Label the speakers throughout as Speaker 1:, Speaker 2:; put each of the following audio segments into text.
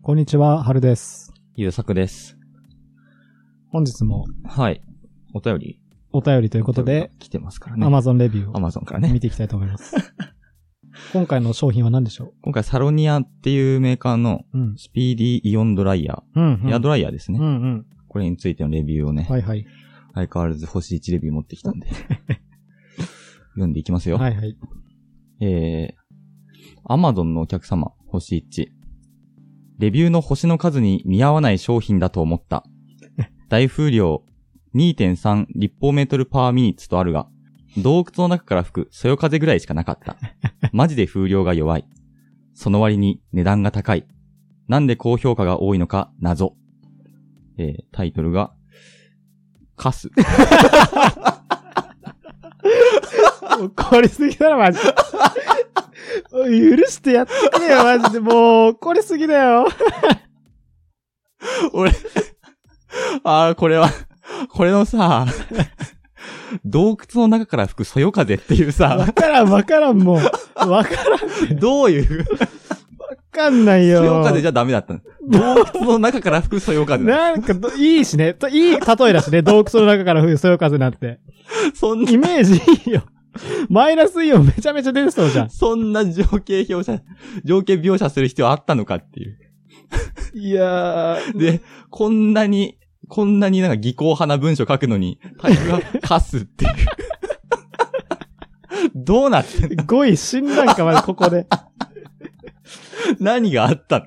Speaker 1: こんにちは、はるです。
Speaker 2: ゆうさくです。
Speaker 1: 本日も
Speaker 2: はい。お便り。
Speaker 1: お便りということで、
Speaker 2: 来てますからね。
Speaker 1: Amazon レビュ
Speaker 2: ア
Speaker 1: ー
Speaker 2: マゾンから
Speaker 1: を見
Speaker 2: ね。
Speaker 1: ていきたいと思います。 今回の商品は何でしょ
Speaker 2: 今回サロニアっていうメーカーの
Speaker 1: ううん。
Speaker 2: スピーディーイオンドライヤ
Speaker 1: うん、
Speaker 2: ー、ヘアドライヤーですね、
Speaker 1: うんうん。
Speaker 2: これについてのレビューをね、
Speaker 1: はいはい。
Speaker 2: 相変わらず星1レビュー持ってきた んで。読んでいきますよ。
Speaker 1: はいはい。
Speaker 2: えー、Amazon のお客様、星1。レビューの星の数に見合わない商品だと思った。大風量2.3立方メートルパーミニッツとあるが、洞窟の中から吹くそよ風ぐらいしかなかった。マジで風量が弱い。その割に値段が高い。なんで高評価が多いのか謎。えー、タイトルが、カス。
Speaker 1: 怒りすぎだろ、マジで。許してやってよ、マジで。もう、怒りすぎだよ。
Speaker 2: 俺、ああ、これは、これのさ、洞窟の中から吹くそよ風っていう
Speaker 1: わ
Speaker 2: さ、
Speaker 1: からん、わからん、もう。わからん。わ
Speaker 2: どういう、
Speaker 1: かんない
Speaker 2: そ
Speaker 1: よ。
Speaker 2: よ風じゃダメだったの。洞窟の中から吹くそよ風だ。
Speaker 1: なんかど、いいしね。といい例えだしね。洞窟の中から吹くそよ風なんて。
Speaker 2: そんな、
Speaker 1: イメージいいよ。マイナスイオンめちゃめちゃ出てそうじゃん。
Speaker 2: そんな情景描写、情景描写する必要あったのかっていう。
Speaker 1: いやー。
Speaker 2: で、こんなに、こんなになんか技巧派な文章書くのに、タイプがカスっていう。どうなってんの
Speaker 1: 5位死んだんか、まずここ で。
Speaker 2: 何があったの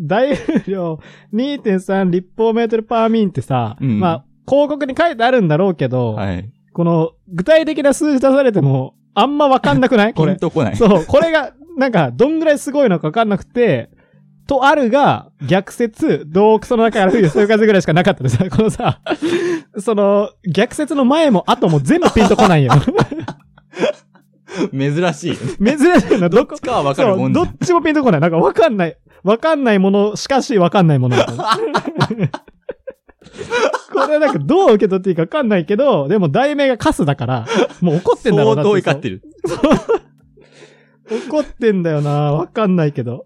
Speaker 1: 大風量2.3立方メートルパーミンってさ、
Speaker 2: うん
Speaker 1: まあ、広告に書いてあるんだろうけど、
Speaker 2: はい。
Speaker 1: この、具体的な数字出されても、あんまわかんなくないこ
Speaker 2: ピン
Speaker 1: れ。
Speaker 2: とこない。
Speaker 1: そう、これが、なんか、どんぐらいすごいのかわかんなくて、とあるが、逆説、洞窟の中から吹いてそういう風ぐらいしかなかったでさ、 このさ、その、逆説の前も後も全部ピンとこない よ。
Speaker 2: 珍しい。
Speaker 1: 珍しいな、どこ
Speaker 2: どっちかはわかる
Speaker 1: そ
Speaker 2: も
Speaker 1: う、
Speaker 2: ん
Speaker 1: ど
Speaker 2: だ
Speaker 1: っちもピンとこない。なんかわかんない。わかんないもの、しかしわかんない ものみたいな。これなんかどう受け取っていいかわかんないけど、でも題名がカスだから、もう怒ってんだろうな
Speaker 2: 相当怒って
Speaker 1: る。
Speaker 2: る。
Speaker 1: 怒ってんだよなわかんないけど。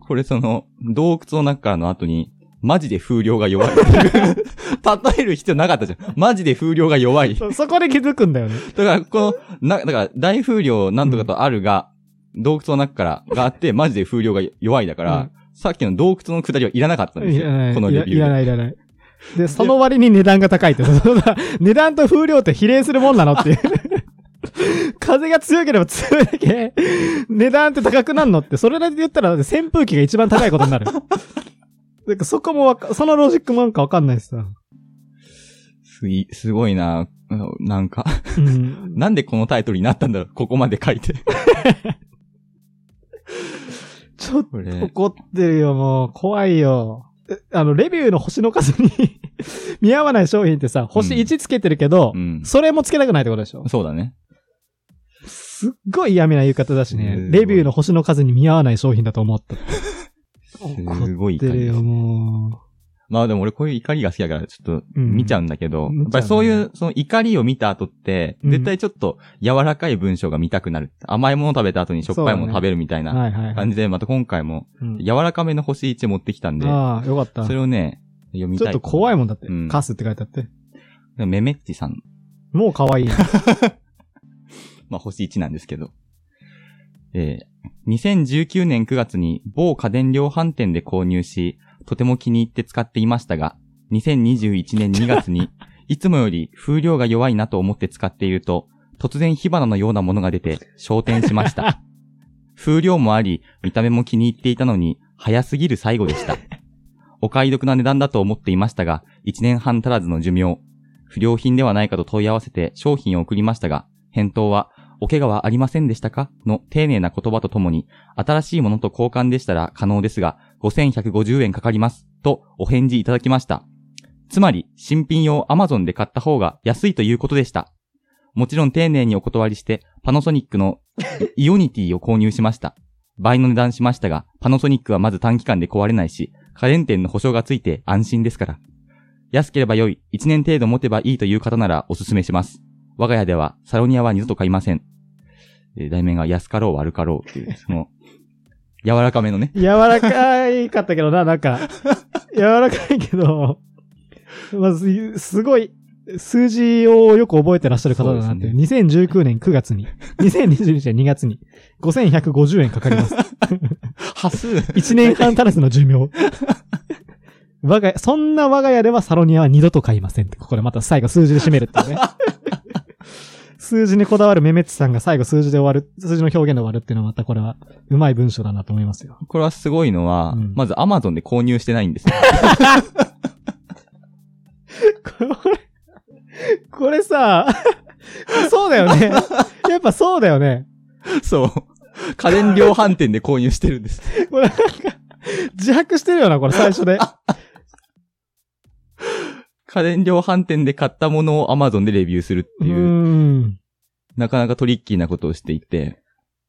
Speaker 2: これその、洞窟の中からの後に、マジで風量が弱 いっていう。例える必要なかったじゃん。マジで風量が弱い。だ
Speaker 1: そそこで気づくんだよね。
Speaker 2: から、この、な、だから、大風量なんとかとあるが、洞窟の中からがあって、マジで風量が弱いだから、さっきの洞窟の下りはいらなかったんで
Speaker 1: い
Speaker 2: す
Speaker 1: らな
Speaker 2: よ。
Speaker 1: い。
Speaker 2: この
Speaker 1: い
Speaker 2: レ
Speaker 1: ら
Speaker 2: ビュー
Speaker 1: い
Speaker 2: で
Speaker 1: らない、いらない。で、その割に値段が高いって。 そんな値段と風量って比例するもんなのっていう。 風が強ければ強いだけ、値段って高くなるのって、それだけ言ったらだって扇風機が一番高いことにな る。なんかそこもわか、そのロジックもなんかわかんないしさ。
Speaker 2: すいすごいなうんなんか、
Speaker 1: うん。
Speaker 2: なんでこのタイトルになったんだろう。ここまで書いて。
Speaker 1: ちょっと
Speaker 2: これ、
Speaker 1: 怒ってるよ、もう。怖いよ。えあの、レビューの星の数に 見合わない商品ってさ、星1つけてるけど、
Speaker 2: うん。
Speaker 1: それもつけたくないってことでしょ
Speaker 2: そうだね。
Speaker 1: すっごい嫌味な言い方だしね
Speaker 2: すご。い
Speaker 1: レビューの星の数に見合わない商品だと思った。
Speaker 2: すご
Speaker 1: 怒
Speaker 2: い怒
Speaker 1: ってる
Speaker 2: り
Speaker 1: よ、。も
Speaker 2: まあでも俺こういう怒りが好きだから、ちょっと
Speaker 1: うん
Speaker 2: 見ちゃうんだけ
Speaker 1: 見
Speaker 2: ど、
Speaker 1: ちゃうね
Speaker 2: やっぱりそういう、その怒りを見た後って、
Speaker 1: うん。
Speaker 2: 絶対ちょっと柔らかい文章が見たくなる。甘いもの食べた後にしょっぱいもの食べるみたいうな
Speaker 1: はいはいはい。
Speaker 2: 感じで、また今回も
Speaker 1: うん
Speaker 2: 柔らかめの星1持ってきたんで、
Speaker 1: ああ、よかった。
Speaker 2: そ
Speaker 1: ち
Speaker 2: れをね、読み
Speaker 1: ょ
Speaker 2: た
Speaker 1: っ
Speaker 2: い。
Speaker 1: と怖いもんだって
Speaker 2: うん。
Speaker 1: カスって書いてあって。
Speaker 2: メメッチさん、
Speaker 1: もう可愛い。
Speaker 2: まあ星1なんですけど。えー、2019年9月に某家電量販店で購入し、とても気に入って使っていましたが、2021年2月に、いつもより風量が弱いなと思って使っていると、突然火花のようなものが出て、焦点しました。風量もあり、見た目も気に入っていたのに、早すぎる最後でした。お買い得な値段だと思っていましたが、1年半足らずの寿命。不良品ではないかと問い合わせて商品を送りましたが、返答は、お怪我はありませんでしたかの丁寧な言葉とともに、新しいものと交換でしたら可能ですが、5150円かかります。とお返事いただきました。つまり、新品用 Amazon で買った方が安いということでした。もちろん丁寧にお断りして、パナソニックのイオニティを購入しました。倍の値段しましたが、パナソニックはまず短期間で壊れないし、家電店の保証がついて安心ですから。安ければ良い、1年程度持てばいいという方ならおすすめします。我が家ではサロニアは二度と買いません。 えー題名が安かろう悪かろうっていう、その、柔らかめのね、
Speaker 1: 柔らかいいかったけどな、なんか、柔らかいけど、まあ、すすごい、数字をよく覚えてらっしゃる方だなっていう。
Speaker 2: そう
Speaker 1: 2019年9月に、2021年2月に、5150円かかります。
Speaker 2: 端数
Speaker 1: 1年半足らずの寿命。我が家、そんな我が家ではサロニアは二度と買いませんって。ここでまた最後数字で締めるっていうね。数字にこだわるメメッツさんが最後数字で終わる、数字の表現で終わるっていうのはまたこれは、うまい文章だなと思いますよ。
Speaker 2: これはすごいのは、
Speaker 1: うん
Speaker 2: まず Amazon で購入してないんですよ。
Speaker 1: これ、これさ、そうだよね。やっぱそうだよね。
Speaker 2: そう。家電量販店で購入してるんです。
Speaker 1: これなんか、自白してるよな、これ最初で。
Speaker 2: 家電量販店で買ったものを Amazon でレビューするって
Speaker 1: う
Speaker 2: いう、
Speaker 1: ん。
Speaker 2: なかなかトリッキーなことをしていて、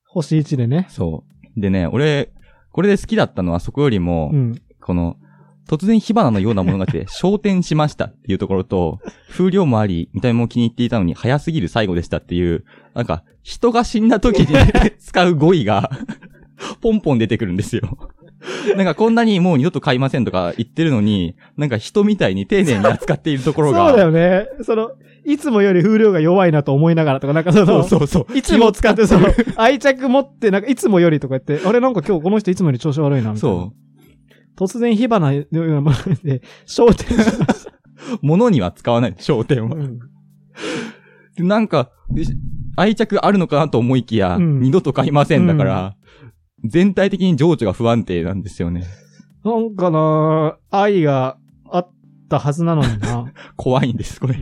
Speaker 1: 星1でね。
Speaker 2: そう。でね、俺、これで好きだったのはそこよりも、
Speaker 1: うん。
Speaker 2: この、突然火花のようなもの が来て、焦点しましたっていうところと、風量もあり、見た目も気に入っていたのに早すぎる最後でしたっていう、なんか、人が死んだ時に使う語彙が、 ポンポン出てくるんですよ。なんかこんなにもう二度と買いませんとか言ってるのに、なんか人みたいに丁寧に扱っているとこ
Speaker 1: そ
Speaker 2: ろ
Speaker 1: うだ
Speaker 2: が、
Speaker 1: よね。その、いつもより風量が弱いなと思いながらとか、なんかその、
Speaker 2: そうそうそう。
Speaker 1: いつも使って、その、愛着持って、なんか、いつもよりとか言って、あれなんか今日この人いつもより調子悪いな、みたいな。。
Speaker 2: そう
Speaker 1: 突然火花のようなもので、焦点し
Speaker 2: う。物には使わない、焦点 は。でなんか、し愛着あるのかなと思いきや、
Speaker 1: うん
Speaker 2: 二度と買いませんだから、全体的に情緒が不安定なんですよね。
Speaker 1: なんかなぁ愛があったはずなのにな。
Speaker 2: 怖いんです、これ。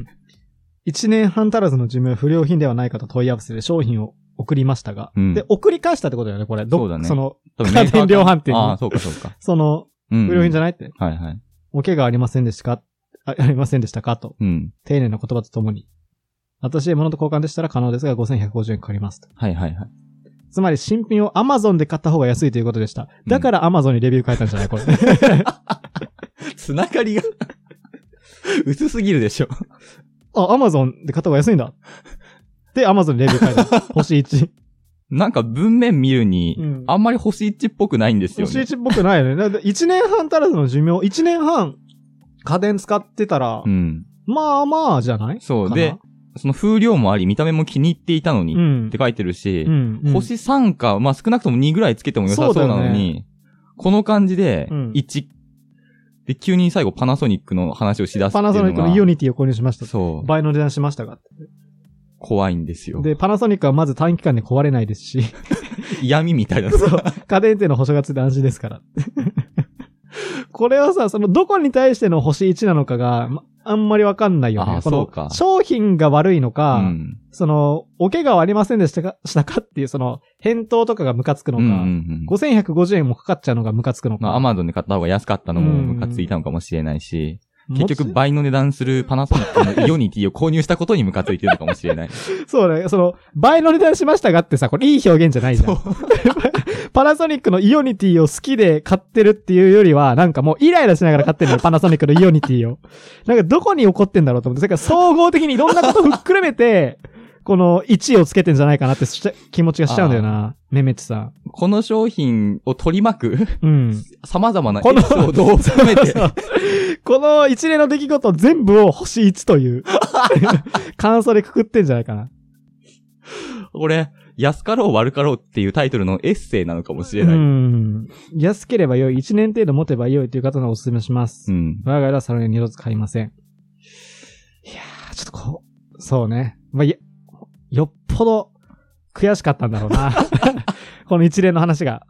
Speaker 1: 一年半足らずの寿命不良品ではないかと問い合わせで商品を送りましたが。
Speaker 2: うん
Speaker 1: で、送り返したってことだよね、これ。ど
Speaker 2: そうだね
Speaker 1: その、
Speaker 2: 多
Speaker 1: 家電量販店に
Speaker 2: ああ、そうかそう か。
Speaker 1: その、
Speaker 2: うん。
Speaker 1: 不良品じ
Speaker 2: ゃ
Speaker 1: ゃないって。
Speaker 2: はいはい。
Speaker 1: お怪我ありませんでしたかあありませんでしたかと。
Speaker 2: うん。
Speaker 1: 丁寧な言葉とともに。私へ物と交換でしたら可能ですが5150円かかりますと。
Speaker 2: はいはいはい。
Speaker 1: つまり新品を Amazon で買った方が安いということでした。だから Amazon にレビュー書いたんじゃないこ れ。
Speaker 2: つながり が、薄すぎるでしょ。
Speaker 1: あ、Amazon で買った方が安いんだ。で、Amazon にレビュー書い た。星1。
Speaker 2: なんか文面見るに、
Speaker 1: うん
Speaker 2: あんまり星一っぽくないんですよ
Speaker 1: 星
Speaker 2: ね。
Speaker 1: 1っぽくないよね。だって1年半足らずの寿命、1年半家電使ってたら、
Speaker 2: うん。
Speaker 1: まあまあじゃない
Speaker 2: そ
Speaker 1: か
Speaker 2: う。
Speaker 1: な
Speaker 2: で、その風量もあり、見た目も気に入っていたのに、
Speaker 1: う
Speaker 2: っ
Speaker 1: ん
Speaker 2: て。書いてるし、
Speaker 1: うんうん
Speaker 2: 星3か、まあ少なくとも2ぐらいつけても良さそうなの
Speaker 1: そうだよ
Speaker 2: に、この感じで
Speaker 1: うん、
Speaker 2: 1、で、急に最後パナソニックの話をしだすってい
Speaker 1: パナ
Speaker 2: うのが。
Speaker 1: ソニックのイオニティを購入しましたと。
Speaker 2: そう。
Speaker 1: 倍の値段しましたが。
Speaker 2: 怖いんですよ。
Speaker 1: で、パナソニックはまず短期間で壊れないですし、
Speaker 2: 嫌味みたいな。
Speaker 1: そう家電店の保証がついて安心ですから。 これはさ、その、どこに対しての星1なのかが、まあんまりわかんないよ
Speaker 2: あ
Speaker 1: ね
Speaker 2: ー。
Speaker 1: この
Speaker 2: そうか
Speaker 1: 商品が悪いの
Speaker 2: う
Speaker 1: か、
Speaker 2: ん。
Speaker 1: その、お怪我はありませんでしたか したかっていう、その、返答とかがムカつくの
Speaker 2: う
Speaker 1: か、
Speaker 2: んうんうん。
Speaker 1: 5150円もかかっちゃうのがムカつくのか。
Speaker 2: まあ、アマゾンで買った方が安かったの
Speaker 1: うん
Speaker 2: もムカついたのかもしれないし、
Speaker 1: も
Speaker 2: 結局倍の値段するパナソニックのイオニティを購入したことにムカついてるのかもしれない。
Speaker 1: そうね、その、倍の値段しましたがってさ、これいい表現じゃないじゃ
Speaker 2: そ
Speaker 1: ん。
Speaker 2: う。
Speaker 1: パナソニックのイオニティを好きで買ってるっていうよりは、なんかもうイライラしながら買って るのよ、パナソニックのイオニティを。なんかどこに怒ってんだろうと思って、それから総合的にいろんなことをふっくるめて、この1をつけてんじゃないかなってし気持ちがしちゃうんだよな、めめちさん。
Speaker 2: この商品を取り巻く
Speaker 1: うん。
Speaker 2: 様々なエ
Speaker 1: この
Speaker 2: ピソードを含めて、
Speaker 1: この一連の出来事全部を星1と いう感想でくくってんじゃないかな。
Speaker 2: 俺、安かろう悪かろうっていうタイトルのエッセイなのかもし
Speaker 1: う
Speaker 2: れない。
Speaker 1: ん。安ければ良い。1年程度持てば良いという方のおすすめします。
Speaker 2: うん。
Speaker 1: 我が家ではサロンに二度と買いません。いやー、ちょっとこう、そうね。まあ、いや よっぽど悔しかったんだろうな。この一連の話が。